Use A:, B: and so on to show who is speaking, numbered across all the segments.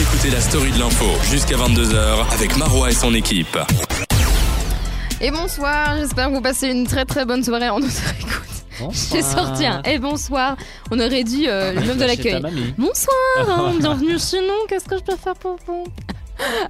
A: Écoutez la story de l'info jusqu'à 22h avec Marois et son équipe.
B: Et bonsoir, j'espère que vous passez une très très bonne soirée en notre écoute. J'ai sorti un et bonsoir, on aurait dû euh,
C: Ah,
B: le meuf de l'accueil. Bonsoir, hein, bienvenue chez nous, qu'est-ce que je peux faire pour vous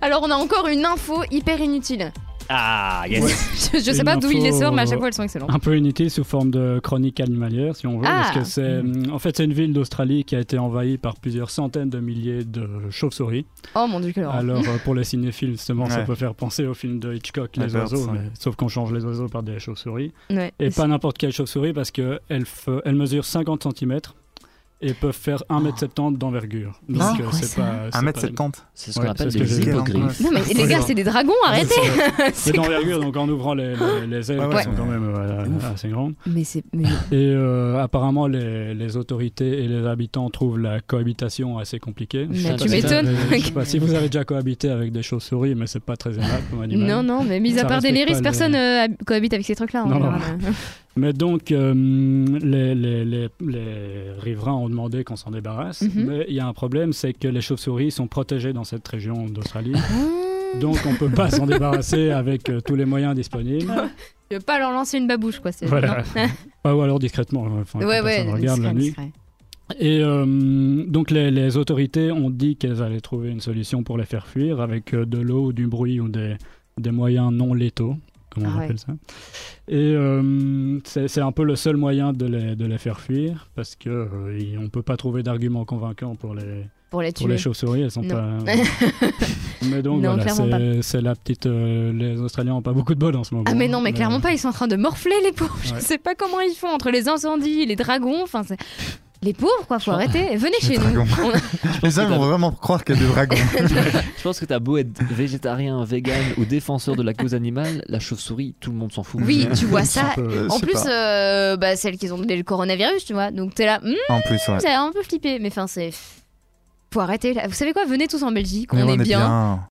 B: Alors on a encore une info hyper inutile.
D: Ah, yes.
B: Je, je sais
C: Une
B: pas d'où il les
C: info,
B: sort, mais à chaque
C: euh,
B: fois elles sont excellentes.
C: Un peu inutile sous forme de chronique animalière, si on veut,
B: Ah.
C: parce que c'est, euh, en fait, c'est une ville d'Australie qui a été envahie par plusieurs centaines de milliers de chauves-souris.
B: Oh mon dieu, quelle horreur.
C: ah. Alors, euh, pour les cinéphiles, justement, ça
E: Ouais.
C: peut faire penser au film de Hitchcock,
E: Ouais,
C: Les
E: ça va,
C: oiseaux,
E: ça.
C: mais, sauf qu'on change les oiseaux par des chauves-souris.
B: Ouais.
C: Et pas n'importe quelle chauve-souris, parce qu'elle elle mesure 50 cm et peuvent faire 1m70 d'envergure. Donc,
B: Ah,
C: euh,
B: quoi,
C: c'est
B: ça
C: pas. c'est pas-
E: 1m70.
D: C'est ce qu'on
C: Ouais,
D: appelle
C: c'est ce
D: des
C: que j'ai dit.
D: hippogriffes.
B: Non mais les gars, c'est des dragons,
C: Ah,
B: arrêtez
C: Mais
B: C'est-
C: d'envergure, donc en ouvrant les, les, les ailes,
E: Ouais,
C: qui
E: ouais.
C: sont quand même euh,
D: Ouf.
C: assez grandes.
B: Mais c'est. mais-
C: Et euh, apparemment, les, les autorités et les habitants trouvent la cohabitation assez compliquée. Je
B: Mais
C: sais
D: tu
C: pas si
D: m'étonnes.
C: vous avez- je sais pas si vous avez déjà cohabité avec des chauves-souris, mais c'est pas très aimable comme animal.
B: Non, non, mais mis à
C: Ça
B: part des
C: respecte
B: lyris,
C: pas
B: personne
C: les-
B: euh, hab- cohabite avec ces trucs-là. en
C: Non, non.
B: général.
C: Mais donc, euh, les, les- les- les riverains ont demandé qu'on s'en débarrasse.
B: Mhm.
C: Mais il y a un problème, c'est que les chauves-souris sont protégées dans cette région d'Australie.
B: Ah.
C: donc, on peut pas s'en débarrasser avec euh, tous les moyens disponibles.
B: Je veux pas leur lancer une babouche, quoi. c'est-
C: Voilà.
B: non.
C: Ah, ou alors discrètement. Enfin, que
B: Ouais, ouais,
C: personne regarde la
B: discret,
C: nuit.
B: discret.
C: Et euh, donc les, les autorités ont dit qu'elles allaient trouver une solution pour les faire fuir avec euh, de l'eau, du bruit ou des, des moyens non létaux, comme on
B: Ah ouais.
C: appelle ça. Et euh, c'est c'est un peu le seul moyen de les, de les faire fuir parce que euh, il- on ne peut pas trouver d'arguments convaincants pour les,
B: Pour les tuer.
C: pour les chauves-souris, elles sont
B: Non.
C: pas... mais donc
B: Non,
C: voilà,
B: clairement
C: c'est- c'est la petite... euh, les Australiens n'ont pas beaucoup de bol en ce moment.
B: Ah mais non, mais clairement pas, ils sont en train de morfler les pauvres. Je
C: Ouais.
B: sais pas comment ils font entre les incendies, les dragons, enfin c'est... Les pauvres quoi, faut arrêter, venez chez nous.
E: dragons.
B: On-
E: Les hommes
D: que t'as-
E: vont vraiment croire qu'il y a des dragons.
D: Je pense que t'as beau être végétarien, vegan ou défenseur de la cause animale, la chauve-souris, tout le monde s'en fout.
B: Oui, tu vois
C: C'est un
B: ça.
C: peu-
E: Euh,
B: En
E: je sais
B: plus,
E: pas.
B: euh, bah, celles qui ont donné le coronavirus, tu vois, donc t'es là, hum,
E: En plus, ouais.
B: ça a un peu flippé, mais enfin c'est... Faut arrêter là. Vous savez quoi, venez tous en Belgique, on,
E: Mais
B: est, bien.